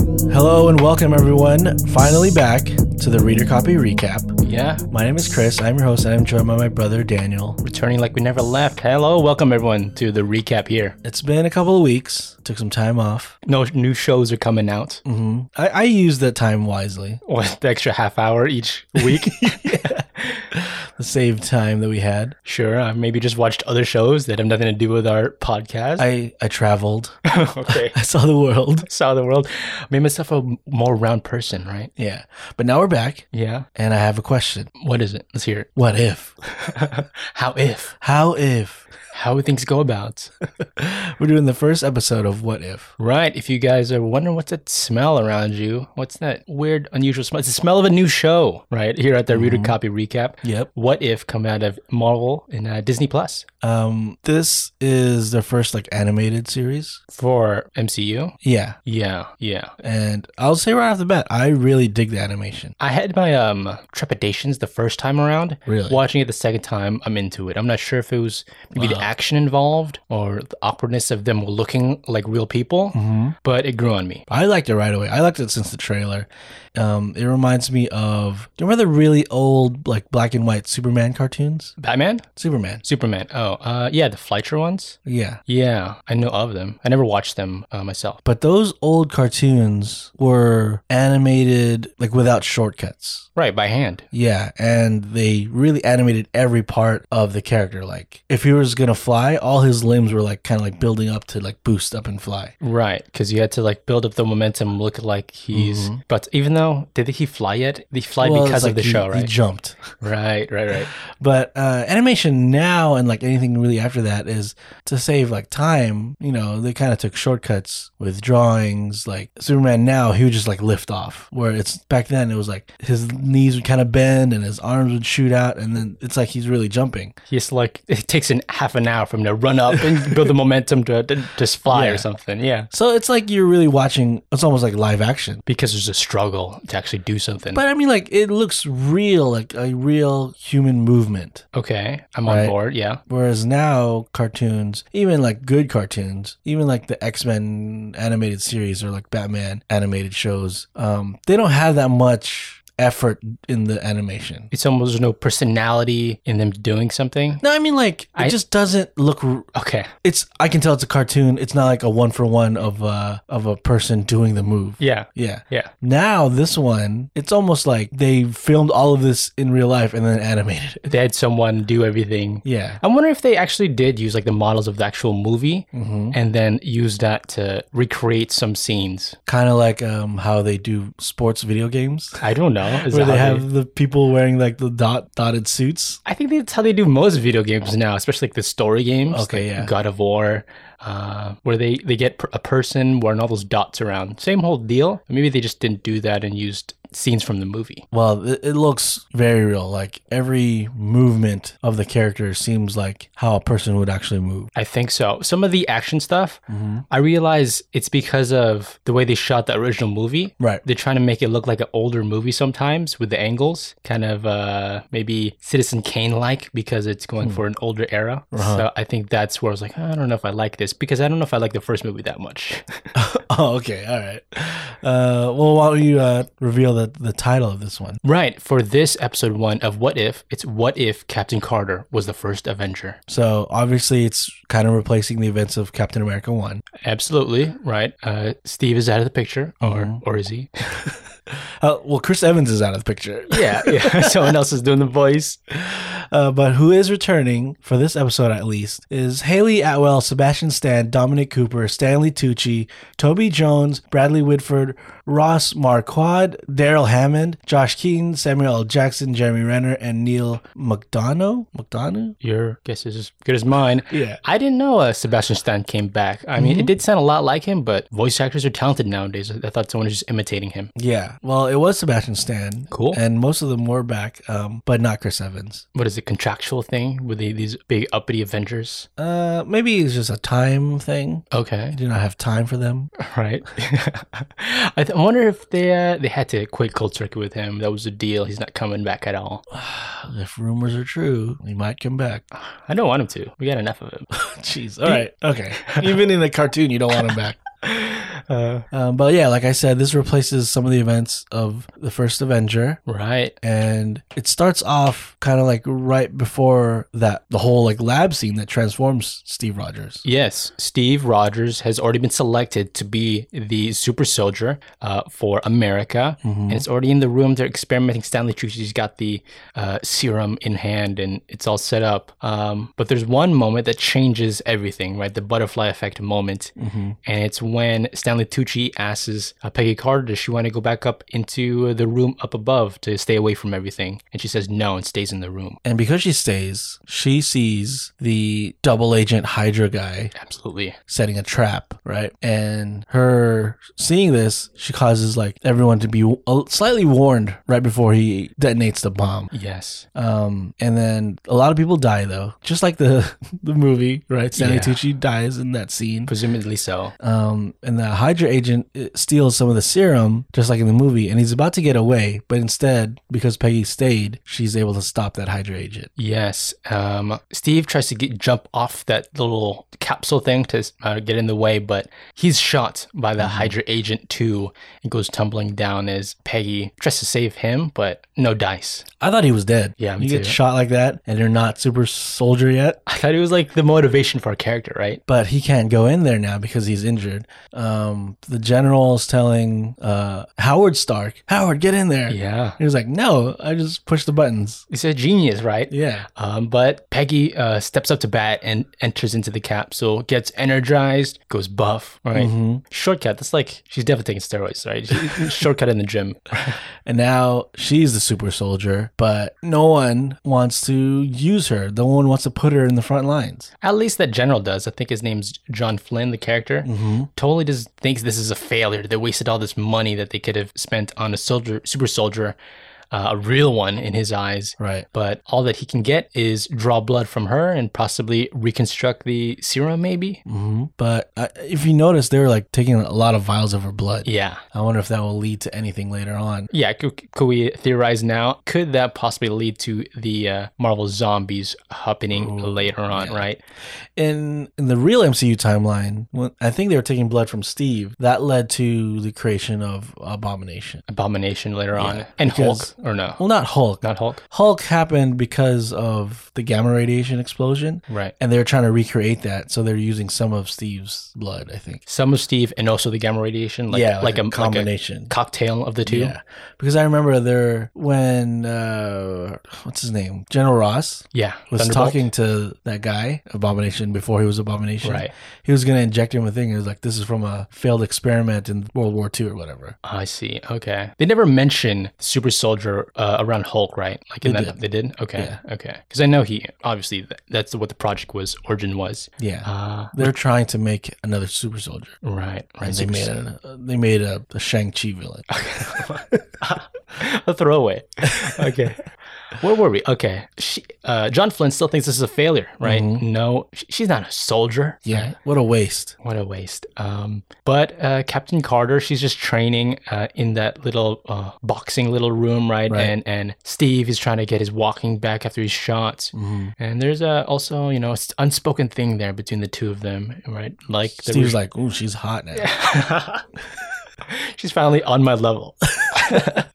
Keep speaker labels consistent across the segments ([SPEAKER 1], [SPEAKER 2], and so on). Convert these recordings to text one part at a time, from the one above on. [SPEAKER 1] Hello and welcome, everyone. Finally back to the Reader Copy Recap.
[SPEAKER 2] Yeah,
[SPEAKER 1] My name is Chris. I'm your host, and I'm joined by my brother Daniel.
[SPEAKER 2] returning like we never left. Hello, welcome everyone to the recap here.
[SPEAKER 1] It's been a couple of weeks. Took some time off.
[SPEAKER 2] No new shows are coming out.
[SPEAKER 1] hmm I, I used that time wisely.
[SPEAKER 2] What the extra half hour each week?
[SPEAKER 1] The saved time that we had.
[SPEAKER 2] Sure, I maybe just watched other shows that have nothing to do with our podcast.
[SPEAKER 1] I I traveled.
[SPEAKER 2] okay,
[SPEAKER 1] I saw the world.
[SPEAKER 2] saw the world, made myself a more round person, right?
[SPEAKER 1] Yeah, but now we're back,
[SPEAKER 2] Yeah.
[SPEAKER 1] and I have a question.
[SPEAKER 2] What is it? Let's hear it.
[SPEAKER 1] What if?
[SPEAKER 2] How if?
[SPEAKER 1] How if?
[SPEAKER 2] How would things go about?
[SPEAKER 1] We're doing the first episode of What If.
[SPEAKER 2] Right. If you guys are wondering what's that smell around you, what's that weird, unusual smell? It's the smell of a new show, right? Here at the Reader Copy Recap.
[SPEAKER 1] Yep.
[SPEAKER 2] What if coming out of Marvel and uh, Disney Plus
[SPEAKER 1] Um, this is their first like animated series.
[SPEAKER 2] for MCU?
[SPEAKER 1] Yeah,
[SPEAKER 2] Yeah, yeah.
[SPEAKER 1] and I'll say right off the bat, I really dig the animation.
[SPEAKER 2] I had my um trepidations the first time around.
[SPEAKER 1] Really?
[SPEAKER 2] Watching it the second time, I'm into it. I'm not sure if it was maybe the action involved or the awkwardness of them looking like real people, but it grew on me.
[SPEAKER 1] I liked it right away. I liked it since the trailer. Um, it reminds me of do you remember the really old like black and white Superman cartoons?
[SPEAKER 2] Batman,
[SPEAKER 1] Superman.
[SPEAKER 2] Superman. Oh, uh, yeah, the Fleischer ones.
[SPEAKER 1] Yeah.
[SPEAKER 2] Yeah, I know of them. I never watched them uh, myself.
[SPEAKER 1] But those old cartoons were animated like without shortcuts.
[SPEAKER 2] Right, by hand.
[SPEAKER 1] Yeah, and they really animated every part of the character. Like if he was gonna fly, all his limbs were like kind of like building up to like boost up and fly.
[SPEAKER 2] Right, because you had to like build up the momentum, look like he's. But even though did he fly yet? Did he fly
[SPEAKER 1] Mm-hmm. Well, it's
[SPEAKER 2] because
[SPEAKER 1] like
[SPEAKER 2] of the
[SPEAKER 1] he-
[SPEAKER 2] show,
[SPEAKER 1] He
[SPEAKER 2] right?
[SPEAKER 1] jumped.
[SPEAKER 2] right, right, right.
[SPEAKER 1] But uh, animation now and like anything really after that is to save like time. You know, they kind of took shortcuts with drawings. Like Superman now, he would just like lift off. Where it's back then, it was like his knees would kind of bend and his arms would shoot out, and then it's like he's really jumping.
[SPEAKER 2] He's like it takes an half an hour for him to run up and build the momentum to, to just fly
[SPEAKER 1] Yeah.
[SPEAKER 2] or something. Yeah,
[SPEAKER 1] So it's like you're really watching. It's almost like live action.
[SPEAKER 2] because there's a struggle to actually do something.
[SPEAKER 1] But I mean, like it looks real, like a real human movement.
[SPEAKER 2] okay, I'm
[SPEAKER 1] Right.
[SPEAKER 2] on board. Yeah,
[SPEAKER 1] Whereas now, cartoons, even like good cartoons, even like the X Men animated series or like Batman animated shows, um, they don't have that much effort in the animation.
[SPEAKER 2] it's almost there's no personality in them doing something.
[SPEAKER 1] No, I mean like it
[SPEAKER 2] I-
[SPEAKER 1] just doesn't look. r-
[SPEAKER 2] Okay,
[SPEAKER 1] It's I can tell it's a cartoon. It's not like a one for one of a of a person doing the move.
[SPEAKER 2] yeah,
[SPEAKER 1] Yeah.
[SPEAKER 2] yeah.
[SPEAKER 1] Now this one, it's almost like they filmed all of this in real life and then animated it.
[SPEAKER 2] They had someone do everything.
[SPEAKER 1] Yeah.
[SPEAKER 2] I wonder if they actually did use like the models of the actual movie
[SPEAKER 1] Mm-hmm.
[SPEAKER 2] and then use that to recreate some scenes.
[SPEAKER 1] Kind of like um, how they do sports video games.
[SPEAKER 2] I don't know. Is
[SPEAKER 1] where
[SPEAKER 2] that
[SPEAKER 1] they
[SPEAKER 2] how
[SPEAKER 1] have the people wearing like the dot dotted suits.
[SPEAKER 2] I think that's how they do most video games now, especially like the story games.
[SPEAKER 1] Okay,
[SPEAKER 2] like
[SPEAKER 1] yeah.
[SPEAKER 2] God of War, uh, where they they get per- a person wearing all those dots around. Same whole deal. Maybe they just didn't do that and used scenes from the movie.
[SPEAKER 1] Well, it, it looks very real. Like every movement of the character seems like how a person would actually move.
[SPEAKER 2] I think so. Some of the action stuff,
[SPEAKER 1] Mm-hmm.
[SPEAKER 2] I realize it's because of the way they shot the original movie.
[SPEAKER 1] Right.
[SPEAKER 2] They're trying to make it look like an older movie sometimes with the angles, kind of uh, maybe Citizen Kane like because it's going for an older era. So I think that's where I was like, I don't know if I like this because I don't know if I like the first movie that much.
[SPEAKER 1] Oh, okay. All right. Uh, well, why don't you uh, reveal the, the title of this one?
[SPEAKER 2] right. For this episode one of What If, it's What If Captain Carter was the first Avenger?
[SPEAKER 1] So obviously, it's kind of replacing the events of Captain America One.
[SPEAKER 2] Absolutely. Right. Uh, Steve is out of the picture, or, or is he?
[SPEAKER 1] Uh, well, Chris Evans is out of the picture,
[SPEAKER 2] yeah. Yeah. Someone else is doing the voice.
[SPEAKER 1] uh, but who is returning for this episode at least is Haley Atwell, Sebastian Stan, Dominic Cooper, Stanley Tucci, Toby Jones, Bradley Whitford, Ross Marquand, Daryl Hammond, Josh Keaton, Samuel L. Jackson, Jeremy Renner, and Neil McDonough. McDonough?
[SPEAKER 2] Your guess is as good as mine.
[SPEAKER 1] Yeah.
[SPEAKER 2] I didn't know uh, Sebastian Stan came back. I mean, it did sound a lot like him, but voice actors are talented nowadays. I thought someone was just imitating him.
[SPEAKER 1] Yeah. Well, it was Sebastian Stan.
[SPEAKER 2] Cool.
[SPEAKER 1] And most of them were back, um, but not Chris Evans.
[SPEAKER 2] What is it, contractual thing with the, these big uppity Avengers?
[SPEAKER 1] Uh, maybe it's just a time thing.
[SPEAKER 2] Okay,
[SPEAKER 1] I do not have time for them.
[SPEAKER 2] right. I, th- I wonder if they uh, they had to quit cold circuit with him. That was the deal. He's not coming back at all.
[SPEAKER 1] If rumors are true, he might come back.
[SPEAKER 2] I don't want him to. We got enough of him.
[SPEAKER 1] Jeez. All right. Okay. Even in a cartoon, you don't want him back.
[SPEAKER 2] Uh,
[SPEAKER 1] Um, but yeah, like I said, this replaces some of the events of the first Avenger.
[SPEAKER 2] right.
[SPEAKER 1] And it starts off kind of like right before that, the whole like lab scene that transforms Steve Rogers.
[SPEAKER 2] Yes, Steve Rogers has already been selected to be the super soldier uh, for America,
[SPEAKER 1] Mm-hmm.
[SPEAKER 2] and it's already in the room. They're experimenting. Stanley Tucci's got the uh, serum in hand, and it's all set up. Um, but there's one moment that changes everything, right? The butterfly effect moment, and it's when Stanley Tucci asks uh, Peggy Carter, does she want to go back up into the room up above to stay away from everything? And she says no and stays in the room.
[SPEAKER 1] And because she stays, she sees the double agent Hydra guy
[SPEAKER 2] Absolutely.
[SPEAKER 1] setting a trap, right? And her seeing this, she causes like everyone to be uh, slightly warned right before he detonates the bomb.
[SPEAKER 2] Yes.
[SPEAKER 1] Um, and then a lot of people die though, just like the the movie, right? Stanley
[SPEAKER 2] Yeah.
[SPEAKER 1] Tucci dies in that scene.
[SPEAKER 2] Presumably so.
[SPEAKER 1] Um, and the Hydra agent uh, steals some of the serum, just like in the movie, and he's about to get away, but instead, because Peggy stayed, she's able to stop that Hydra agent.
[SPEAKER 2] Yes. Um, Steve tries to get, jump off that little capsule thing to uh, get in the way, but he's shot by the Hydra agent too and goes tumbling down as Peggy tries to save him, but no dice.
[SPEAKER 1] I thought he was dead.
[SPEAKER 2] Yeah, me
[SPEAKER 1] you get
[SPEAKER 2] too.
[SPEAKER 1] shot like that, and you're not super soldier yet.
[SPEAKER 2] I thought it was like the motivation for our character, right?
[SPEAKER 1] but he can't go in there now because he's injured. Um, the general's telling uh, Howard Stark, Howard, get in there.
[SPEAKER 2] Yeah.
[SPEAKER 1] He was like, no, I just push the buttons.
[SPEAKER 2] He's a genius, right?
[SPEAKER 1] Yeah.
[SPEAKER 2] Um, but Peggy uh, steps up to bat and enters into the capsule, gets energized, goes buff, right? Shortcut. That's like she's definitely taking steroids, right? She- Shortcut in the gym.
[SPEAKER 1] And now she's the super soldier, but no one wants to use her. No one wants to put her in the front lines.
[SPEAKER 2] At least that general does. I think his name's John Flynn, the character.
[SPEAKER 1] Mm-hmm.
[SPEAKER 2] Totally just thinks this is a failure. They wasted all this money that they could have spent on a soldier, super soldier, uh, a real one in his eyes.
[SPEAKER 1] Right.
[SPEAKER 2] But all that he can get is draw blood from her and possibly reconstruct the serum, maybe.
[SPEAKER 1] But uh, if you notice, they were like taking a lot of vials of her blood.
[SPEAKER 2] Yeah.
[SPEAKER 1] I wonder if that will lead to anything later on.
[SPEAKER 2] Yeah, could, could we theorize now? Could that possibly lead to the uh, Marvel zombies happening later on, right?
[SPEAKER 1] in in the real MCU timeline, when I think they were taking blood from Steve, that led to the creation of Abomination.
[SPEAKER 2] Abomination later on.
[SPEAKER 1] Yeah,
[SPEAKER 2] And
[SPEAKER 1] because-
[SPEAKER 2] Hulk, or no?
[SPEAKER 1] Well, not Hulk.
[SPEAKER 2] Not Hulk?
[SPEAKER 1] Hulk happened because of the gamma radiation explosion,
[SPEAKER 2] Right.
[SPEAKER 1] and they were trying to recreate that, so they're using some of Steve's blood, I think.
[SPEAKER 2] some of Steve and also the gamma radiation, like
[SPEAKER 1] yeah,
[SPEAKER 2] like, a, like
[SPEAKER 1] combination.
[SPEAKER 2] a cocktail of the two.
[SPEAKER 1] yeah, because I remember there when uh, what's his name, General Ross,
[SPEAKER 2] yeah
[SPEAKER 1] was
[SPEAKER 2] Thunderbolt.
[SPEAKER 1] talking to that guy, Abomination, before he was Abomination.
[SPEAKER 2] Right.
[SPEAKER 1] He was going to inject him with a thing. It was like, this is from a failed experiment in World War II or whatever.
[SPEAKER 2] I see. Okay, they never mention Super Soldier uh, around Hulk, right? Like in
[SPEAKER 1] They did.
[SPEAKER 2] that they did. Okay,
[SPEAKER 1] Yeah.
[SPEAKER 2] okay, because I know he obviously th- that's what the project was, origin was.
[SPEAKER 1] Yeah.
[SPEAKER 2] Uh,
[SPEAKER 1] They're trying to make another super soldier.
[SPEAKER 2] right, right.
[SPEAKER 1] Ah, And they
[SPEAKER 2] Super
[SPEAKER 1] made,
[SPEAKER 2] Sol-
[SPEAKER 1] a, they made a, a Shang-Chi villain.
[SPEAKER 2] a throwaway. Okay. Where were we? Okay. She, uh, John Flynn still thinks this is a failure, right?
[SPEAKER 1] Mm-hmm.
[SPEAKER 2] No, sh- she's not a soldier.
[SPEAKER 1] Yeah. What a waste.
[SPEAKER 2] What a waste. Um, but uh, Captain Carter, she's just training uh, in that little uh, boxing little room, right?
[SPEAKER 1] Right.
[SPEAKER 2] And and Steve is trying to get his walking back after his shots. And there's uh, also, you know, s- unspoken thing there between the two of them, right? Like the
[SPEAKER 1] Steve's like, ooh, she's hot now.
[SPEAKER 2] she's finally on my level.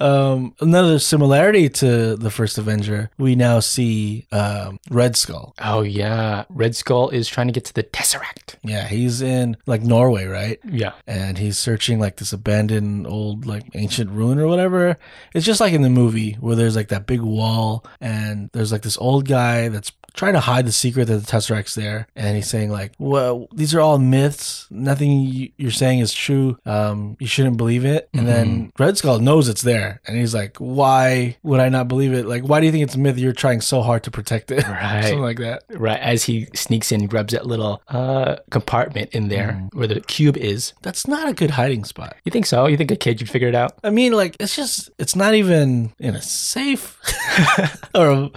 [SPEAKER 1] Um, another similarity to the first Avenger, we now see um, Red Skull.
[SPEAKER 2] oh yeah, Red Skull is trying to get to the Tesseract.
[SPEAKER 1] Yeah, he's in like Norway, right?
[SPEAKER 2] Yeah.
[SPEAKER 1] and he's searching like this abandoned old like ancient ruin or whatever it's just like in the movie where there's like that big wall and there's like this old guy that's trying to hide the secret that the tesseract's there and he's saying like well these are all myths nothing you- you're saying is true um you shouldn't believe it and then red skull knows it's there and he's like why would i not believe it like why do you think it's a myth you're trying so hard to protect it
[SPEAKER 2] Right.
[SPEAKER 1] something like that
[SPEAKER 2] Right as he sneaks in, grabs that little uh, compartment in there where the cube is.
[SPEAKER 1] that's not a good hiding spot
[SPEAKER 2] You think so? You think a kid could figure it out?
[SPEAKER 1] I mean, like, it's just, it's not even in a safe or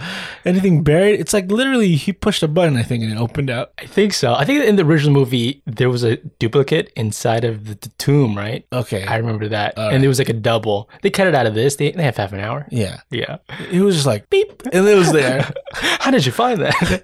[SPEAKER 1] anything buried. It's like literally he pushed a button, I think, and it opened up.
[SPEAKER 2] I think so. I think in the original movie there was a duplicate inside of the, the tomb, right?
[SPEAKER 1] Okay.
[SPEAKER 2] I remember that, and there was like a double. They cut it out of this. They, they have half an hour.
[SPEAKER 1] yeah.
[SPEAKER 2] Yeah.
[SPEAKER 1] It was just like beep, and it was there.
[SPEAKER 2] How did you find that?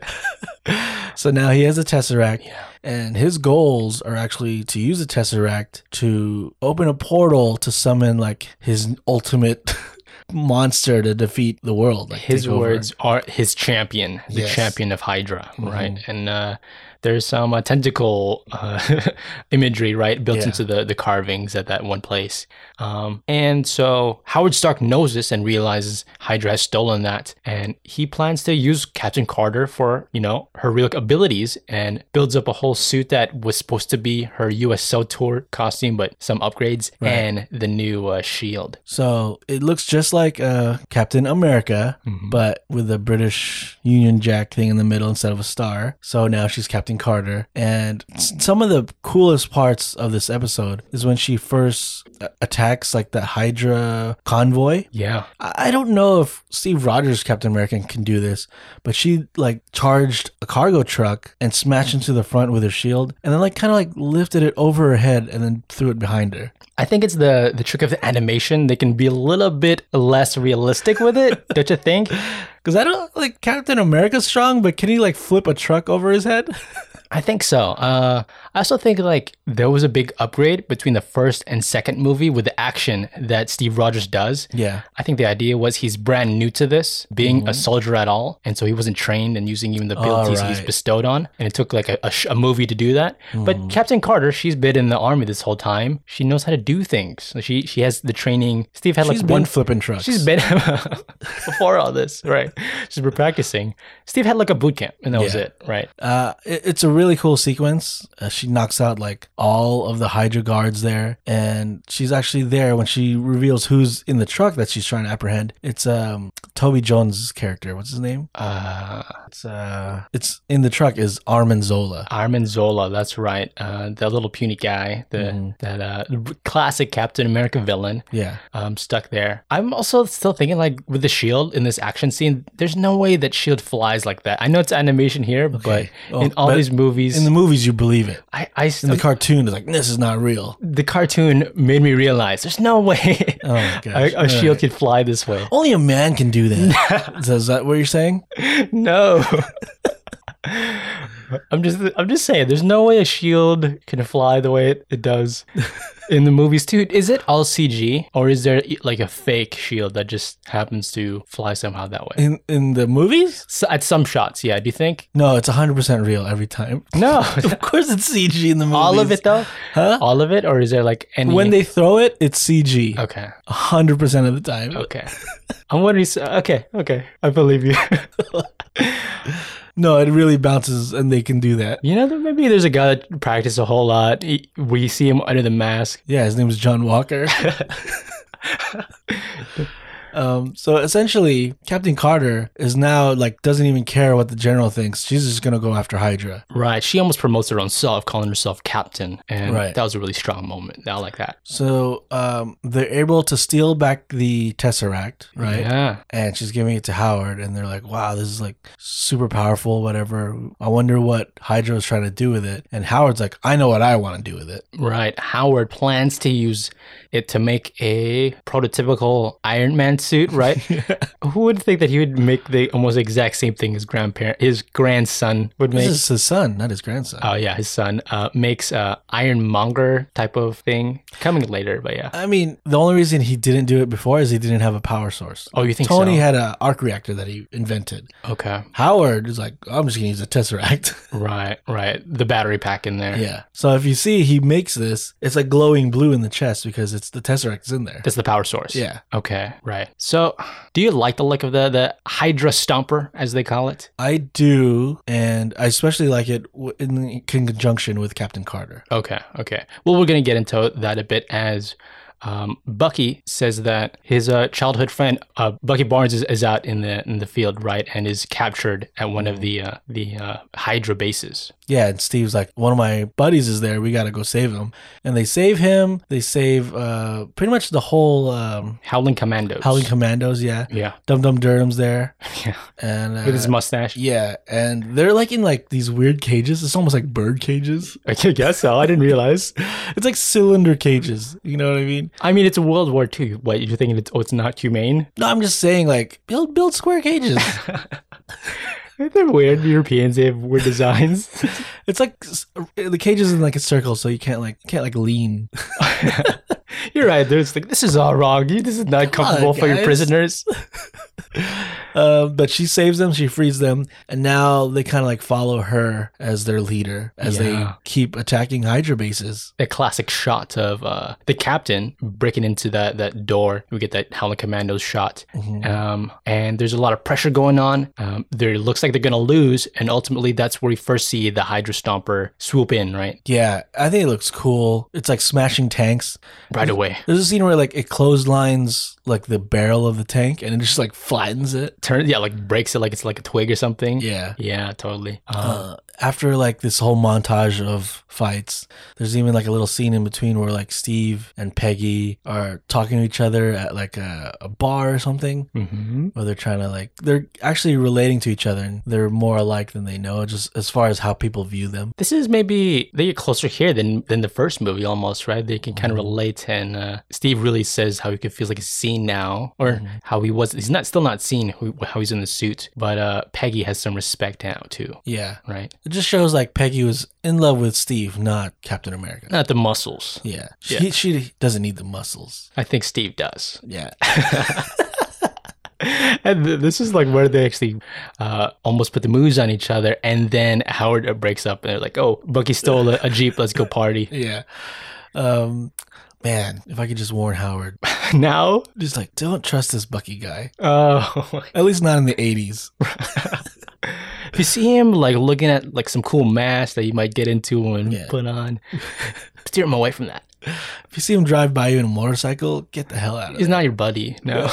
[SPEAKER 1] So now he has a Tesseract,
[SPEAKER 2] Yeah.
[SPEAKER 1] and his goals are actually to use the Tesseract to open a portal to summon like his ultimate monster to defeat the world. Like,
[SPEAKER 2] his
[SPEAKER 1] take over.
[SPEAKER 2] words are his champion, the
[SPEAKER 1] Yes. Mm-hmm.
[SPEAKER 2] champion of Hydra, right? And uh, there's some uh, tentacle uh, imagery, right, built
[SPEAKER 1] Yeah.
[SPEAKER 2] into the the carvings at that one place. Um, and so Howard Stark knows this and realizes Hydra has stolen that, and he plans to use Captain Carter for you know her real abilities and builds up a whole suit that was supposed to be her USO tour costume, but some upgrades and the new uh, shield.
[SPEAKER 1] So it looks just like uh, Captain America, but with a British Union Jack thing in the middle instead of a star. So now she's Captain Carter. And s- some of the coolest parts of this episode is when she first a- attacks like the Hydra convoy.
[SPEAKER 2] Yeah.
[SPEAKER 1] I I don't know if Steve Rogers Captain American can do this, but she like charged a cargo truck and smashed into the front with her shield, and then like kind of like lifted it over her head and then threw it behind her.
[SPEAKER 2] I think it's the the trick of the animation. They can be a little bit less realistic with it, don't you think?
[SPEAKER 1] Cause I don't like Captain America's strong, but can he like flip a truck over his head?
[SPEAKER 2] I think so. Uh, I also think like there was a big upgrade between the first and second movie with the action that Steve Rogers does.
[SPEAKER 1] Yeah. Mm-hmm.
[SPEAKER 2] I think the idea was he's brand new to this, being a soldier at all, and so he wasn't trained and using even the abilities he's
[SPEAKER 1] right.
[SPEAKER 2] bestowed on. And it took like a, a, sh- a movie to do that.
[SPEAKER 1] Mm.
[SPEAKER 2] But Captain Carter, she's been in the army this whole time. She knows how to do things. She she has the training. Steve had
[SPEAKER 1] She's
[SPEAKER 2] like
[SPEAKER 1] been
[SPEAKER 2] one
[SPEAKER 1] flipping trucks.
[SPEAKER 2] She's been before all this, right? She's been practicing. Steve had like a boot camp, and that was
[SPEAKER 1] Yeah.
[SPEAKER 2] it, right?
[SPEAKER 1] uh, it- it's a really cool sequence. Uh, she knocks out like all of the Hydra guards there, and she's actually there when she reveals who's in the truck that she's trying to apprehend. It's um Toby Jones' character. What's his name?
[SPEAKER 2] Uh,
[SPEAKER 1] It's uh, it's in the truck is Armin Zola.
[SPEAKER 2] Armin Zola, that's right. Uh, that little puny guy, the
[SPEAKER 1] Mm-hmm.
[SPEAKER 2] that uh, classic Captain America villain,
[SPEAKER 1] Yeah,
[SPEAKER 2] um, stuck there. I'm also still thinking like with the shield in this action scene, there's no way that shield flies like that. I know it's animation here,
[SPEAKER 1] Okay.
[SPEAKER 2] but
[SPEAKER 1] Oh,
[SPEAKER 2] in all
[SPEAKER 1] but
[SPEAKER 2] these movies,
[SPEAKER 1] in the movies you believe it.
[SPEAKER 2] I, I
[SPEAKER 1] In the cartoon, it's like this is not real.
[SPEAKER 2] the cartoon made me realize there's no way
[SPEAKER 1] Oh my gosh!
[SPEAKER 2] a, a shield could fly this way.
[SPEAKER 1] Only a man can do that. so is that what you're saying?
[SPEAKER 2] No. I'm just I'm just saying there's no way a shield can fly the way it, it does in the movies too. Is it all CG or is there like a fake shield that just happens to fly somehow that way?
[SPEAKER 1] In in the movies?
[SPEAKER 2] So at some shots, yeah. Do you think?
[SPEAKER 1] No, it's 100% real every time.
[SPEAKER 2] No.
[SPEAKER 1] Of course it's CG in the movies.
[SPEAKER 2] all of it though?
[SPEAKER 1] Huh?
[SPEAKER 2] All of it or is there like any
[SPEAKER 1] When they throw it, it's CG.
[SPEAKER 2] Okay.
[SPEAKER 1] 100% of the time.
[SPEAKER 2] Okay. I'm wondering so- okay, okay. I believe you.
[SPEAKER 1] No, it really bounces and they can do that.
[SPEAKER 2] you know there- maybe there's a guy that practices a whole lot. He- we see him under the mask.
[SPEAKER 1] Yeah, his name was John Walker. um, so essentially, Captain Carter is now like, doesn't even care what the general thinks. She's just going to go after Hydra.
[SPEAKER 2] Right. She almost promotes her own self, calling herself captain. And
[SPEAKER 1] Right.
[SPEAKER 2] that was a really strong moment. I like that.
[SPEAKER 1] So um, they're able to steal back the Tesseract, right?
[SPEAKER 2] Yeah.
[SPEAKER 1] and she's giving it to Howard, and they're like, "Wow, this is like super powerful, whatever." I wonder what Hydra is trying to do with it. And Howard's like, "I know what I want to do with it."
[SPEAKER 2] Right. Howard plans to use it to make a prototypical Iron Man suit, right? Who would think that he would make the almost exact same thing his grandparent his grandson would
[SPEAKER 1] This
[SPEAKER 2] make?
[SPEAKER 1] is his son, not his grandson.
[SPEAKER 2] Oh yeah, his son uh, makes a ironmonger type of thing coming later, but yeah.
[SPEAKER 1] I mean, the only reason he didn't do it before is he didn't have a power source.
[SPEAKER 2] Oh, you think
[SPEAKER 1] Tony
[SPEAKER 2] so?
[SPEAKER 1] had an arc reactor that he invented.
[SPEAKER 2] okay,
[SPEAKER 1] Howard is like, "I'm just gonna use a tesseract."
[SPEAKER 2] right, right. The battery pack in there.
[SPEAKER 1] yeah. So if you see, he makes this. It's like glowing blue in the chest because it's the tesseract's in there.
[SPEAKER 2] That's the power source.
[SPEAKER 1] Yeah,
[SPEAKER 2] Okay, right. So, do you like the look of the the Hydra Stomper, as they call it?
[SPEAKER 1] I do, and I especially like it w- in conjunction with Captain Carter.
[SPEAKER 2] Okay, okay. Well, we're gonna get into that a bit as um, Bucky says that his uh, childhood friend uh, Bucky Barnes is, is out in the in the field, right, and is captured at one of the uh, the uh, Hydra bases.
[SPEAKER 1] Yeah, and Steve's like, one of my buddies is there. We gotta go save him. And they save him. They save uh, pretty much the whole um,
[SPEAKER 2] Howling Commandos.
[SPEAKER 1] Howling Commandos. Yeah,
[SPEAKER 2] yeah,
[SPEAKER 1] Dum Dum Durham's there,
[SPEAKER 2] yeah.
[SPEAKER 1] and uh,
[SPEAKER 2] With his mustache.
[SPEAKER 1] yeah, and they're like in like these weird cages. It's almost like bird cages.
[SPEAKER 2] I guess so. I didn't realize.
[SPEAKER 1] It's like cylinder cages. You know what I mean?
[SPEAKER 2] I mean, it's World War II. What you're thinking? It's, oh, it's not humane.
[SPEAKER 1] No, I'm just saying like build build square cages.
[SPEAKER 2] Aren't there weird Europeans? They have weird designs.
[SPEAKER 1] It's like s- the cage is in like a circle, so you can't like can't like lean.
[SPEAKER 2] You're right. There's like this is all wrong. You- This is not
[SPEAKER 1] Come on,
[SPEAKER 2] comfortable for your
[SPEAKER 1] guys.
[SPEAKER 2] prisoners.
[SPEAKER 1] Um, but she saves them, she frees them, and now they kind of like follow her as their leader as
[SPEAKER 2] Yeah.
[SPEAKER 1] they keep attacking Hydra bases.
[SPEAKER 2] A classic shot of uh, the captain breaking into that that door. We get that Howling Commandos shot.
[SPEAKER 1] Mm-hmm.
[SPEAKER 2] Um, and there's a lot of pressure going on. Um, there it looks like they're gonna lose, and ultimately that's where we first see the Hydra Stomper swoop in right
[SPEAKER 1] Yeah, I think it looks cool. It's like smashing tanks.
[SPEAKER 2] right away.
[SPEAKER 1] There's a scene where like it clotheslines like the barrel of the tank and it just like flattens it.
[SPEAKER 2] Turn yeah, like breaks it like it's like a twig or something.
[SPEAKER 1] Yeah.
[SPEAKER 2] Yeah, totally. Uh,
[SPEAKER 1] Uh, after like this whole montage of fights, there's even like a little scene in between where like Steve and Peggy are talking to each other at like a, a bar or something.
[SPEAKER 2] mhm.
[SPEAKER 1] where they're trying to like they're actually relating to each other and they're more alike than they know just as far as how people view them
[SPEAKER 2] This is maybe they get closer here than than the first movie almost, right? They can kind of relate, and uh, Steve really says how he could feel like he's seen now, or how he was. He's not still not seen who, how he's in the suit, but uh, Peggy has some respect now too,
[SPEAKER 1] yeah
[SPEAKER 2] right?
[SPEAKER 1] it just shows like peggy was in love with steve not captain america
[SPEAKER 2] Not the muscles.
[SPEAKER 1] yeah she, she doesn't need the muscles
[SPEAKER 2] I think Steve does.
[SPEAKER 1] yeah
[SPEAKER 2] and th- this is like where they actually uh, almost put the moves on each other, and then Howard uh, breaks up, and they're like, "Oh, Bucky stole a, a jeep. Let's go party."
[SPEAKER 1] yeah um man if i could just warn howard
[SPEAKER 2] now,
[SPEAKER 1] just like don't trust this bucky guy
[SPEAKER 2] oh,
[SPEAKER 1] at least not in the 80s
[SPEAKER 2] if you see him like looking at like some cool mask that you might get into and
[SPEAKER 1] Yeah.
[SPEAKER 2] put on, steer him away from that.
[SPEAKER 1] if you see him drive by you in a motorcycle get the hell out of
[SPEAKER 2] He's
[SPEAKER 1] it
[SPEAKER 2] not your buddy. No.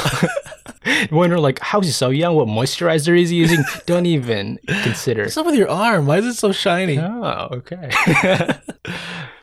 [SPEAKER 2] Wonder like how's he so young? What moisturizer is he using? Don't even consider.
[SPEAKER 1] what's up with your arm why is it so shiny
[SPEAKER 2] Oh, okay.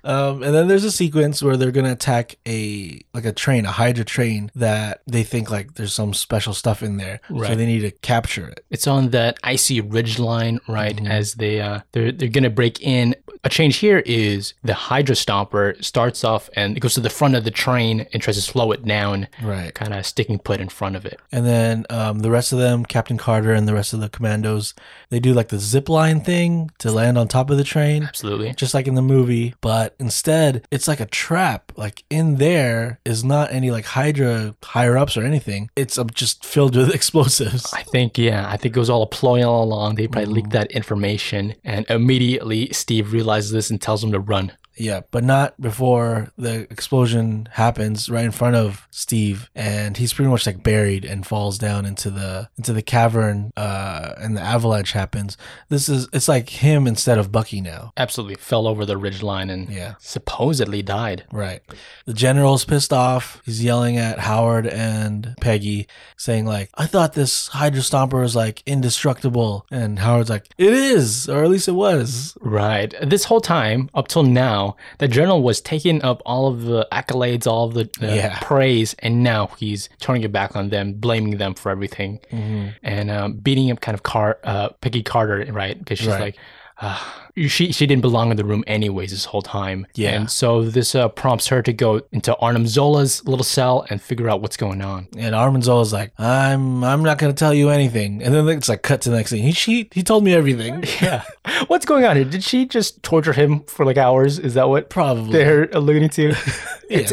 [SPEAKER 1] Um, and then there's a sequence where they're gonna attack a like a train, a Hydra train that they think like there's some special stuff in there, so
[SPEAKER 2] Right.
[SPEAKER 1] they need to capture it.
[SPEAKER 2] It's on that icy ridge line, right? As they uh, they're they're gonna break in. A change here is the Hydra Stomper starts off and it goes to the front of the train and tries to slow it down,
[SPEAKER 1] Right.
[SPEAKER 2] kind of sticking put in front of it.
[SPEAKER 1] And then um, the rest of them, Captain Carter and the rest of the commandos, they do like the zip line thing to land on top of the train.
[SPEAKER 2] Absolutely.
[SPEAKER 1] Just like in the movie, but instead it's like a trap. Like in there is not any like Hydra higher ups or anything. It's um, just filled with explosives.
[SPEAKER 2] I think yeah, I think it was all a ploy all along. They probably
[SPEAKER 1] Mm-hmm.
[SPEAKER 2] leaked that information, and immediately Steve realizes this and tells him to run.
[SPEAKER 1] Yeah, but not before the explosion happens right in front of Steve, and he's pretty much like buried and falls down into the into the cavern, uh, and the avalanche happens. This is it's like him instead of Bucky now.
[SPEAKER 2] Absolutely fell over the ridge line and
[SPEAKER 1] Yeah.
[SPEAKER 2] supposedly died.
[SPEAKER 1] Right. The general's pissed off. He's yelling at Howard and Peggy, saying like, "I thought this Hydra Stomper was like indestructible," and Howard's like, "It is, or at least it was."
[SPEAKER 2] Right. This whole time, up till now, the general was taking up all of the accolades, all of the uh,
[SPEAKER 1] Yeah.
[SPEAKER 2] praise, and now he's turning it back on them, blaming them for everything,
[SPEAKER 1] Mm-hmm.
[SPEAKER 2] and um, beating up kind of Car- uh, Peggy Carter, right? Because she's
[SPEAKER 1] Right.
[SPEAKER 2] like, "Ah, you- she she didn't belong in the room anyways this whole time.
[SPEAKER 1] Yeah.
[SPEAKER 2] And so this uh, prompts her to go into Arnim Zola's little cell and figure out what's going on.
[SPEAKER 1] And Armanzola's like, I'm I'm not gonna tell you anything. And then it's like cut to the next thing. He she he told me everything.
[SPEAKER 2] Yeah. what's going on here? Did she just torture him for like hours? Is that what
[SPEAKER 1] Probably.
[SPEAKER 2] they're alluding to? It's,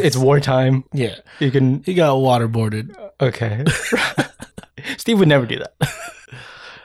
[SPEAKER 1] Yes.
[SPEAKER 2] it's wartime.
[SPEAKER 1] Yeah.
[SPEAKER 2] You can
[SPEAKER 1] He got waterboarded.
[SPEAKER 2] okay. Steve would never do that.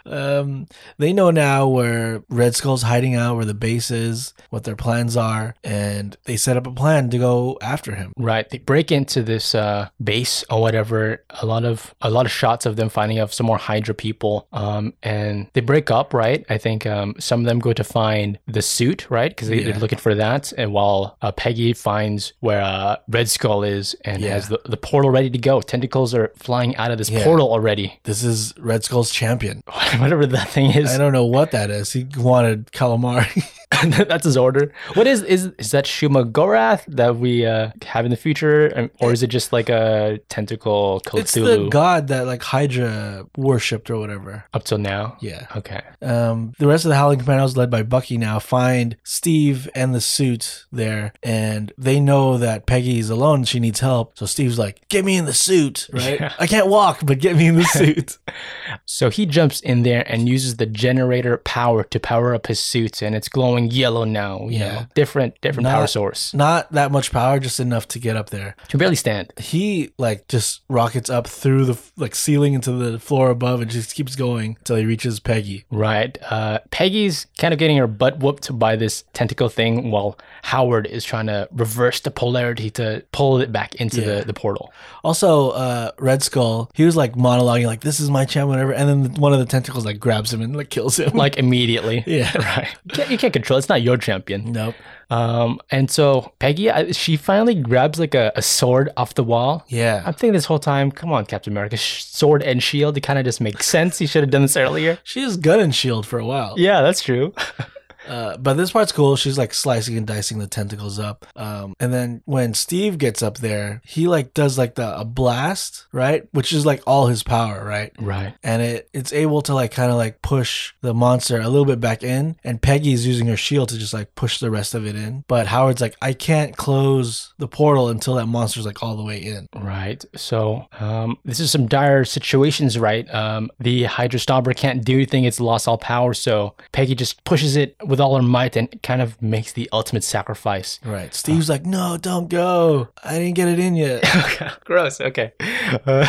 [SPEAKER 1] Um, they know now where Red Skull's hiding out, where the base is, what their plans are, and they set up a plan to go after him.
[SPEAKER 2] Right. They break into this uh, base or whatever. A lot of a lot of shots of them finding out some more Hydra people. Um, and they break up. Right. I think um, some of them go to find the suit. Right. Because they,
[SPEAKER 1] Yeah.
[SPEAKER 2] they're looking for that. And while uh, Peggy finds where uh, Red Skull is and
[SPEAKER 1] Yeah.
[SPEAKER 2] has the, the portal ready to go. Tentacles are flying out of this
[SPEAKER 1] Yeah.
[SPEAKER 2] portal already.
[SPEAKER 1] This is Red Skull's champion.
[SPEAKER 2] whatever that thing is.
[SPEAKER 1] I don't know what that is. He wanted calamari.
[SPEAKER 2] That's his order. What is is is that Shuma Gorath that we uh, have in the future, Um, or is it just like a tentacle Cthulhu
[SPEAKER 1] It's the god that like Hydra worshipped or whatever.
[SPEAKER 2] up till now?
[SPEAKER 1] Yeah.
[SPEAKER 2] Okay.
[SPEAKER 1] Um, the rest of the Howling Commandos, led by Bucky, now find Steve and the suit there, and they know that Peggy is alone. She needs help, so Steve's like, "Get me in the suit, right?
[SPEAKER 2] Yeah.
[SPEAKER 1] I can't walk, but get me in the suit."
[SPEAKER 2] So he jumps in there and uses the generator power to power up his suits, and it's glowing yellow now. You
[SPEAKER 1] Yeah.
[SPEAKER 2] know, different different power
[SPEAKER 1] Not-
[SPEAKER 2] source.
[SPEAKER 1] Not that much power, just enough to get up there.
[SPEAKER 2] Can barely stand.
[SPEAKER 1] He like just rockets up through the like ceiling into the floor above, and just keeps going until he reaches Peggy.
[SPEAKER 2] Right. Uh, Peggy's kind of getting her butt whooped by this tentacle thing while Howard is trying to reverse the polarity to pull it back into
[SPEAKER 1] Yeah.
[SPEAKER 2] the, the portal.
[SPEAKER 1] Also, uh, Red Skull, he was like monologuing, like, "This is my champ," whatever, and then one of the tentacles like grabs him and like kills him.
[SPEAKER 2] Like immediately.
[SPEAKER 1] yeah.
[SPEAKER 2] Right. You can't, you can't control. it. It's not your champion.
[SPEAKER 1] Nope.
[SPEAKER 2] Um, and so Peggy, I, she finally grabs like a, a sword off the wall.
[SPEAKER 1] Yeah.
[SPEAKER 2] I'm thinking this whole time, come on, Captain America, sh- sword and shield. It kind of just makes sense. You should have done this earlier.
[SPEAKER 1] She is gun and shield for a while.
[SPEAKER 2] Yeah, that's true.
[SPEAKER 1] Uh, but this part's cool. She's like slicing and dicing the tentacles up. Um, and then when Steve gets up there, he like does like the a blast, right? Which is like all his power, right?
[SPEAKER 2] Right.
[SPEAKER 1] And it it's able to like kind of like push the monster a little bit back in. And Peggy's using her shield to just like push the rest of it in. But Howard's like, I can't close the portal until that monster's like all the way in.
[SPEAKER 2] Right. So um, this is some dire situations, right? Um, the Hydra Stomper can't do anything. It's lost all power. So Peggy just pushes it with all her might and kind of makes the ultimate sacrifice.
[SPEAKER 1] Right. Steve's like, No, don't go. I didn't get it in yet.
[SPEAKER 2] Gross. Okay. Uh,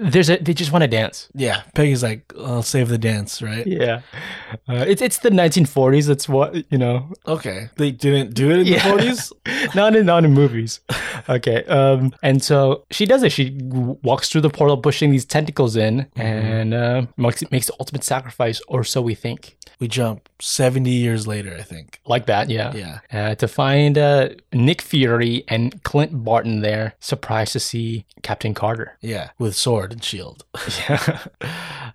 [SPEAKER 2] there's a, they just want to dance.
[SPEAKER 1] yeah. Peggy's like, I'll save the dance, right?
[SPEAKER 2] Yeah. Uh, it's, it's the 1940s. That's what, you know,
[SPEAKER 1] Okay. They didn't do it in
[SPEAKER 2] Yeah.
[SPEAKER 1] the 40s?
[SPEAKER 2] not in not in movies. Okay. Um. And so she does it. She w- walks through the portal, pushing these tentacles in, and uh, makes makes the ultimate sacrifice, or so we think.
[SPEAKER 1] We jump 70 years later, I think.
[SPEAKER 2] Like that. Yeah.
[SPEAKER 1] Yeah.
[SPEAKER 2] Uh, to find uh, Nick Fury and Clint Barton there, surprised to see Captain Carter.
[SPEAKER 1] Yeah. With sword and shield.
[SPEAKER 2] Yeah.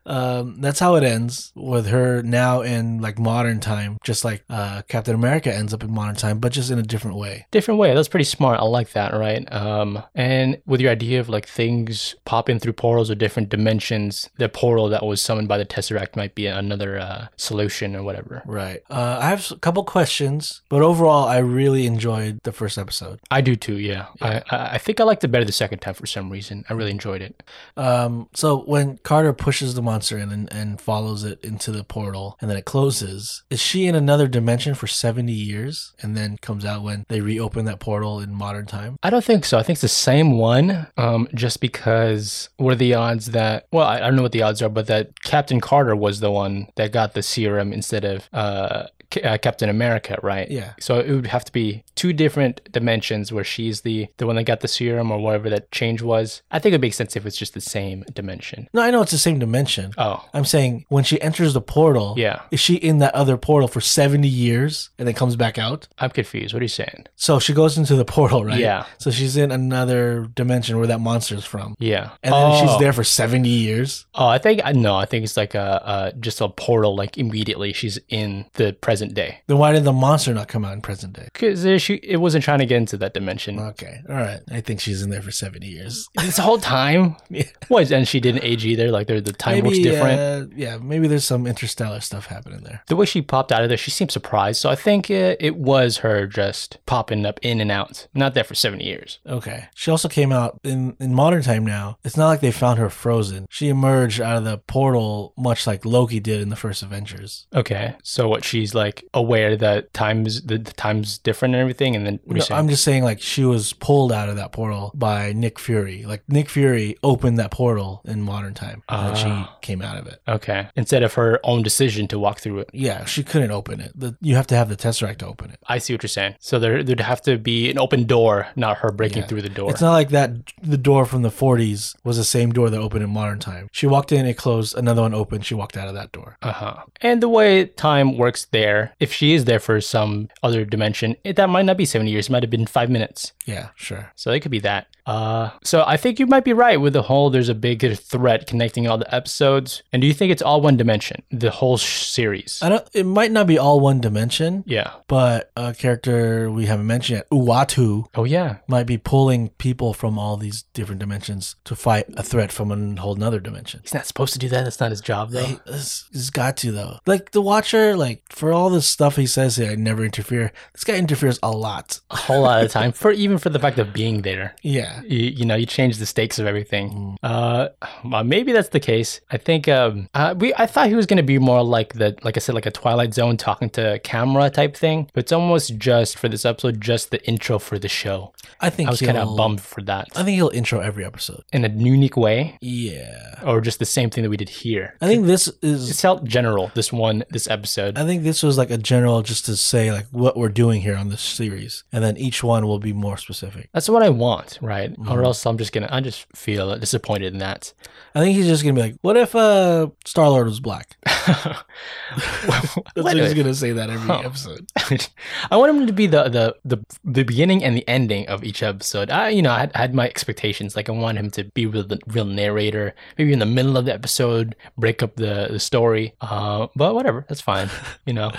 [SPEAKER 1] Um, that's how it ends with her now in like modern time, just like uh, Captain America ends up in modern time, but just in a different way.
[SPEAKER 2] different way. That's pretty smart. I like that, right? Um, and with your idea of like things popping through portals or different dimensions, the portal that was summoned by the Tesseract might be another uh, solution or whatever.
[SPEAKER 1] Right. Uh, I have a couple questions, but overall, I really enjoyed the first episode.
[SPEAKER 2] I do too. Yeah, I I I think I liked it better the second time for some reason. I really enjoyed it.
[SPEAKER 1] Um, so when Carter pushes the monster in and, and follows it into the portal and then it closes, is she in another dimension for 70 years and then comes out when they reopen that portal in modern time?
[SPEAKER 2] I don't think so. I think it's the same one. Um, just because what are the odds that? Well, I, I don't know what the odds are, but that Captain Carter was the one that got the serum instead of uh, C- uh Captain America, right?
[SPEAKER 1] Yeah.
[SPEAKER 2] So it would have to be two different dimensions where she's the the one that got the serum or whatever that change was. I think it makes sense if it's just the same dimension.
[SPEAKER 1] No, I know it's the same dimension.
[SPEAKER 2] Oh,
[SPEAKER 1] I'm saying when she enters the portal,
[SPEAKER 2] Yeah.
[SPEAKER 1] is she in that other portal for 70 years and then comes back out?
[SPEAKER 2] I'm confused. What are you saying?
[SPEAKER 1] So she goes into the portal, right?
[SPEAKER 2] Yeah.
[SPEAKER 1] So she's in another dimension where that monster's from.
[SPEAKER 2] Yeah.
[SPEAKER 1] And then
[SPEAKER 2] Oh.
[SPEAKER 1] she's there for 70 years.
[SPEAKER 2] Oh, I think I no. I think it's like a, uh just a portal. Like immediately, she's in the present day
[SPEAKER 1] Then why did the monster not come out in present day?
[SPEAKER 2] because she it wasn't trying to get into that dimension
[SPEAKER 1] Okay. All right. I think she's in there for 70 years.
[SPEAKER 2] this whole time.
[SPEAKER 1] Yeah.
[SPEAKER 2] What? And she didn't age either. Like there, the time works different.
[SPEAKER 1] Uh, yeah. Maybe there's some interstellar stuff happening there.
[SPEAKER 2] The way she popped out of there, she seemed surprised. So I think it, it was her just popping up in and out. Not there for seventy years.
[SPEAKER 1] Okay. She also came out in, in modern time now. It's not like they found her frozen. She emerged out of the portal much like Loki did in the first Avengers.
[SPEAKER 2] Okay. So what? She's like aware that times the, the times different and everything. And then what are you
[SPEAKER 1] No,
[SPEAKER 2] saying?
[SPEAKER 1] I'm just saying like she was pulled out of that portal by Nick Fury. Like Nick Fury opened that portal in modern time and then
[SPEAKER 2] Ah.
[SPEAKER 1] she came out of it.
[SPEAKER 2] okay. Instead of her own decision to walk through it.
[SPEAKER 1] Yeah, she couldn't open it. The, you have to have the Tesseract to open it.
[SPEAKER 2] I see what you're saying. So there, there'd have to be an open door, not her breaking
[SPEAKER 1] Yeah.
[SPEAKER 2] through the door.
[SPEAKER 1] It's not like that the door from the 40s was the same door that opened in modern time. She walked in, it closed, another one opened, she walked out of that door.
[SPEAKER 2] uh huh. And the way time works there, if she is there for some other dimension, it, that might not be 70 years. It might have been five minutes.
[SPEAKER 1] Yeah, sure.
[SPEAKER 2] So it could be that. Uh, so I think you might be right with the whole there's a big thread connecting all the episodes. And do you think it's all one dimension, the whole sh- series?
[SPEAKER 1] I don't. It might not be all one dimension,
[SPEAKER 2] yeah.
[SPEAKER 1] but a character we haven't mentioned yet, Uatu,
[SPEAKER 2] Oh, yeah.
[SPEAKER 1] might be pulling people from all these different dimensions to fight a threat from a whole another dimension.
[SPEAKER 2] He's not supposed to do that. That's not his job, though.
[SPEAKER 1] Like, this- He's got to though. Like the Watcher, like for all the stuff he says here, I never interfere. This guy interferes a lot.
[SPEAKER 2] a whole lot of time for even for the fact of being there.
[SPEAKER 1] Yeah.
[SPEAKER 2] You, you know, you change the stakes of everything.
[SPEAKER 1] Mm.
[SPEAKER 2] Uh, well, maybe that's the case. I think um, uh, we. I thought he was gonna be more like the, like I said, like a Twilight Zone talking to camera type thing. But it's almost just for this episode, just the intro for the show.
[SPEAKER 1] I think
[SPEAKER 2] I was kind
[SPEAKER 1] he'll-
[SPEAKER 2] of bummed for that
[SPEAKER 1] I think he'll intro every episode.
[SPEAKER 2] in a unique way,
[SPEAKER 1] Yeah.
[SPEAKER 2] or just the same thing that we did here.
[SPEAKER 1] I think this
[SPEAKER 2] It
[SPEAKER 1] is.
[SPEAKER 2] felt general. This one, this episode.
[SPEAKER 1] I think this was like a general just to say like what we're doing here on this series, and then each one will be more specific.
[SPEAKER 2] that's what I want, right?
[SPEAKER 1] Mm-hmm.
[SPEAKER 2] Or else I'm just gonna, I just feel disappointed in that.
[SPEAKER 1] I think he's just gonna be like, "What if uh Star Lord was black?" That's
[SPEAKER 2] What
[SPEAKER 1] what
[SPEAKER 2] a- Oh.
[SPEAKER 1] he's gonna say that every
[SPEAKER 2] Huh.
[SPEAKER 1] episode.
[SPEAKER 2] I want him to be the, the the the beginning and the ending of each episode. I you know I had, I had my expectations. Like I want him to be real, the real narrator. Maybe in the middle of the episode, break up the, the story. Uh, but whatever, that's fine. You know,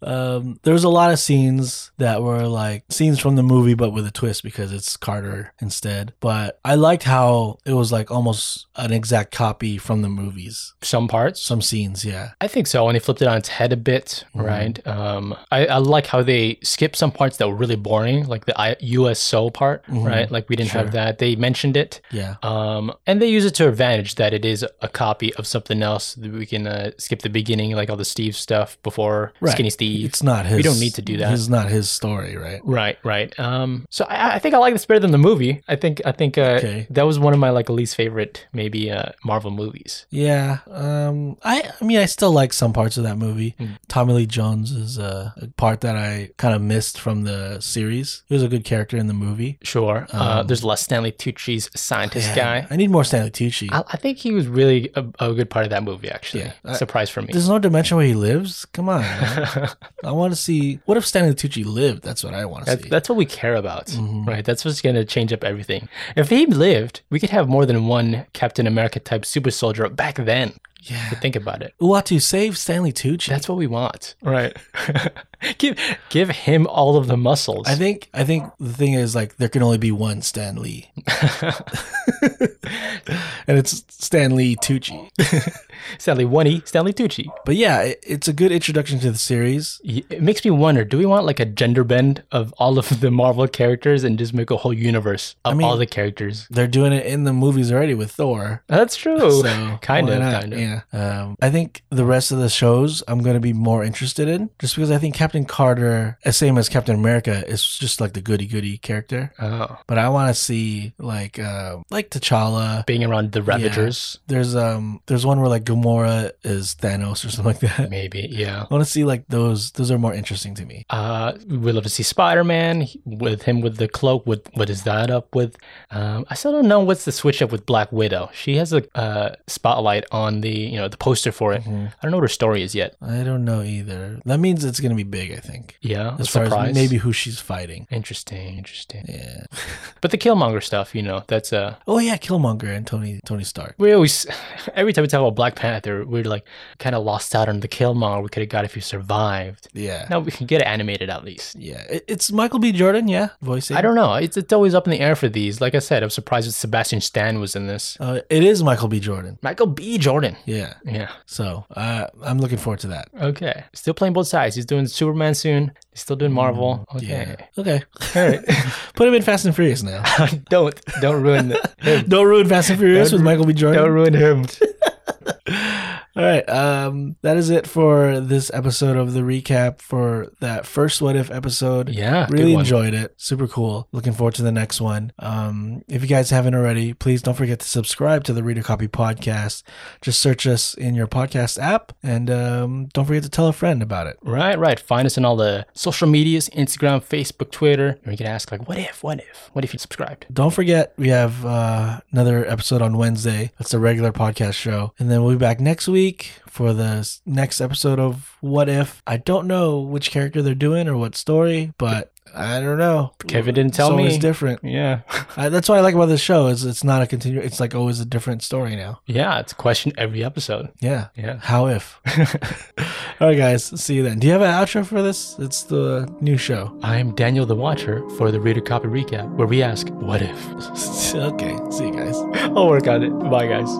[SPEAKER 1] Um, there was a lot of scenes that were like scenes from the movie, but with a twist because it's Carter instead. But I liked how it was like almost an exact copy from the movies.
[SPEAKER 2] some parts.
[SPEAKER 1] Some scenes, yeah.
[SPEAKER 2] I think so. And they flipped it on its head a bit, right? Um, I, I like how they skipped some parts that were really boring, like the I, U.S. Soul part,
[SPEAKER 1] Mhm.
[SPEAKER 2] right? Like we didn't have
[SPEAKER 1] Sure.
[SPEAKER 2] that. They mentioned it.
[SPEAKER 1] Yeah.
[SPEAKER 2] Um, and they use it to advantage that it is a copy of something else. We can uh, skip the beginning, like all the Steve stuff before
[SPEAKER 1] Right.
[SPEAKER 2] Skinny Steve.
[SPEAKER 1] It's not his.
[SPEAKER 2] don't need to do that.
[SPEAKER 1] It's not his story, right?
[SPEAKER 2] right, right. Um, so I, I think I like this better than the movie. I think I think uh,
[SPEAKER 1] Okay.
[SPEAKER 2] that was one of my like least favorite maybe uh, Marvel movies.
[SPEAKER 1] Yeah. Um. I. I mean, I still like some parts of that movie.
[SPEAKER 2] Mm.
[SPEAKER 1] Tommy Lee Jones is uh, a, a part that I kind of missed from the series. He was a good character in the movie.
[SPEAKER 2] Sure. uh,
[SPEAKER 1] Um,
[SPEAKER 2] there's less Stanley Tucci's scientist
[SPEAKER 1] Yeah,
[SPEAKER 2] guy.
[SPEAKER 1] I need more Stanley Tucci.
[SPEAKER 2] I, I think he was really a, a good part of that movie. Actually,
[SPEAKER 1] Yeah, I-
[SPEAKER 2] surprise for me.
[SPEAKER 1] There's no dimension where he lives. Come on. man. I want to see what if Stanley Tucci lived. That's what I want to
[SPEAKER 2] That's,
[SPEAKER 1] see.
[SPEAKER 2] that's what we care about,
[SPEAKER 1] Mm-hmm.
[SPEAKER 2] right? That's what's going to change up everything. If he lived, we could have more than one Captain America type super soldier back then.
[SPEAKER 1] yeah.
[SPEAKER 2] Think about it.
[SPEAKER 1] Uatu save Stanley Tucci.
[SPEAKER 2] That's what we want, right? give give him all of the muscles.
[SPEAKER 1] I think. I think the thing is like there can only be one Stan Lee, and it's Stan Lee Tucci.
[SPEAKER 2] Stanley one E, Stanley Tucci.
[SPEAKER 1] But yeah, it, it's a good introduction to the series.
[SPEAKER 2] Y- It makes me wonder: Do we want like a gender bend of all of the Marvel characters and just make a whole universe of
[SPEAKER 1] mean-
[SPEAKER 2] all the characters?
[SPEAKER 1] They're doing it in the movies already with Thor.
[SPEAKER 2] That's true.
[SPEAKER 1] So
[SPEAKER 2] kind
[SPEAKER 1] why
[SPEAKER 2] of,
[SPEAKER 1] not?
[SPEAKER 2] kind of.
[SPEAKER 1] Yeah. Um, I think the rest of the shows I'm going to be more interested in, just because I think Captain Carter, as same as Captain America, is just like the goody goody character.
[SPEAKER 2] Oh,
[SPEAKER 1] but I want to see like uh, like T'Challa.
[SPEAKER 2] being around the Ravagers,
[SPEAKER 1] There's um there's one where like Gamora is Thanos or something like that.
[SPEAKER 2] maybe. Yeah.
[SPEAKER 1] I want to see like those. Those are more interesting to me.
[SPEAKER 2] Uh, we love to see Spider Man with him with the cloak. With what is that up with? Um, I still don't know what's the switch up with Black Widow. She has a uh, spotlight on the you know the poster for it. I don't know what her story is yet.
[SPEAKER 1] I don't know either. That means it's gonna be big. I think
[SPEAKER 2] Yeah, a
[SPEAKER 1] as far
[SPEAKER 2] surprise.
[SPEAKER 1] as maybe who she's fighting.
[SPEAKER 2] interesting, interesting.
[SPEAKER 1] Yeah.
[SPEAKER 2] But the Killmonger stuff, you know, that's uh
[SPEAKER 1] Oh yeah, Killmonger and Tony Tony Stark.
[SPEAKER 2] we always every time we talk about Black Panther, we're like kind of lost out on the Killmonger we could have got if he survived.
[SPEAKER 1] Yeah.
[SPEAKER 2] Now we can get it animated at least.
[SPEAKER 1] Yeah. It, it's Michael B. Jordan. Yeah, voicing.
[SPEAKER 2] I don't know. It's it's always up in the air for these. Like I said, I'm surprised that Sebastian Stan was in this.
[SPEAKER 1] Uh, it is Michael B. Jordan.
[SPEAKER 2] Michael B. Jordan.
[SPEAKER 1] Yeah.
[SPEAKER 2] Yeah.
[SPEAKER 1] So uh, I'm looking forward to that.
[SPEAKER 2] Okay. Still playing both sides. He's doing Superman soon. He's still doing Marvel. Okay.
[SPEAKER 1] Yeah. Okay. All right. Put him in Fast and Furious now.
[SPEAKER 2] don't don't ruin him.
[SPEAKER 1] Don't ruin Fast and Furious
[SPEAKER 2] Don't
[SPEAKER 1] with Michael B. Jordan.
[SPEAKER 2] Don't ruin him.
[SPEAKER 1] All right. Um, that is it for this episode of the recap for that first What If episode.
[SPEAKER 2] Yeah. good
[SPEAKER 1] Really
[SPEAKER 2] one.
[SPEAKER 1] enjoyed it. Super cool. Looking forward to the next one. Um, if you guys haven't already, please don't forget to subscribe to the Reader Copy podcast. Just search us in your podcast app and um, don't forget to tell a friend about it.
[SPEAKER 2] Right, right. Find us on all the social medias Instagram, Facebook, Twitter. And we can ask, like, what if, what if, what if you subscribed?
[SPEAKER 1] Don't forget, we have uh, another episode on Wednesday. That's the regular podcast show. And then we'll be back next week. week for the s- next episode of What If. I don't know which character they're doing or what story, but I don't know.
[SPEAKER 2] Kevin didn't tell
[SPEAKER 1] it's always
[SPEAKER 2] me.
[SPEAKER 1] different.
[SPEAKER 2] Yeah.
[SPEAKER 1] I, that's what I like about this show is it's not a continue. It's like always a different story now.
[SPEAKER 2] Yeah, it's a question every episode.
[SPEAKER 1] Yeah.
[SPEAKER 2] Yeah.
[SPEAKER 1] How if? All right, guys. See you then. Do you have an outro for this? It's the new show.
[SPEAKER 2] I'm Daniel the Watcher for the Reader Copy Recap, where we ask, what if?
[SPEAKER 1] okay. See you guys.
[SPEAKER 2] I'll work on it. Bye, guys.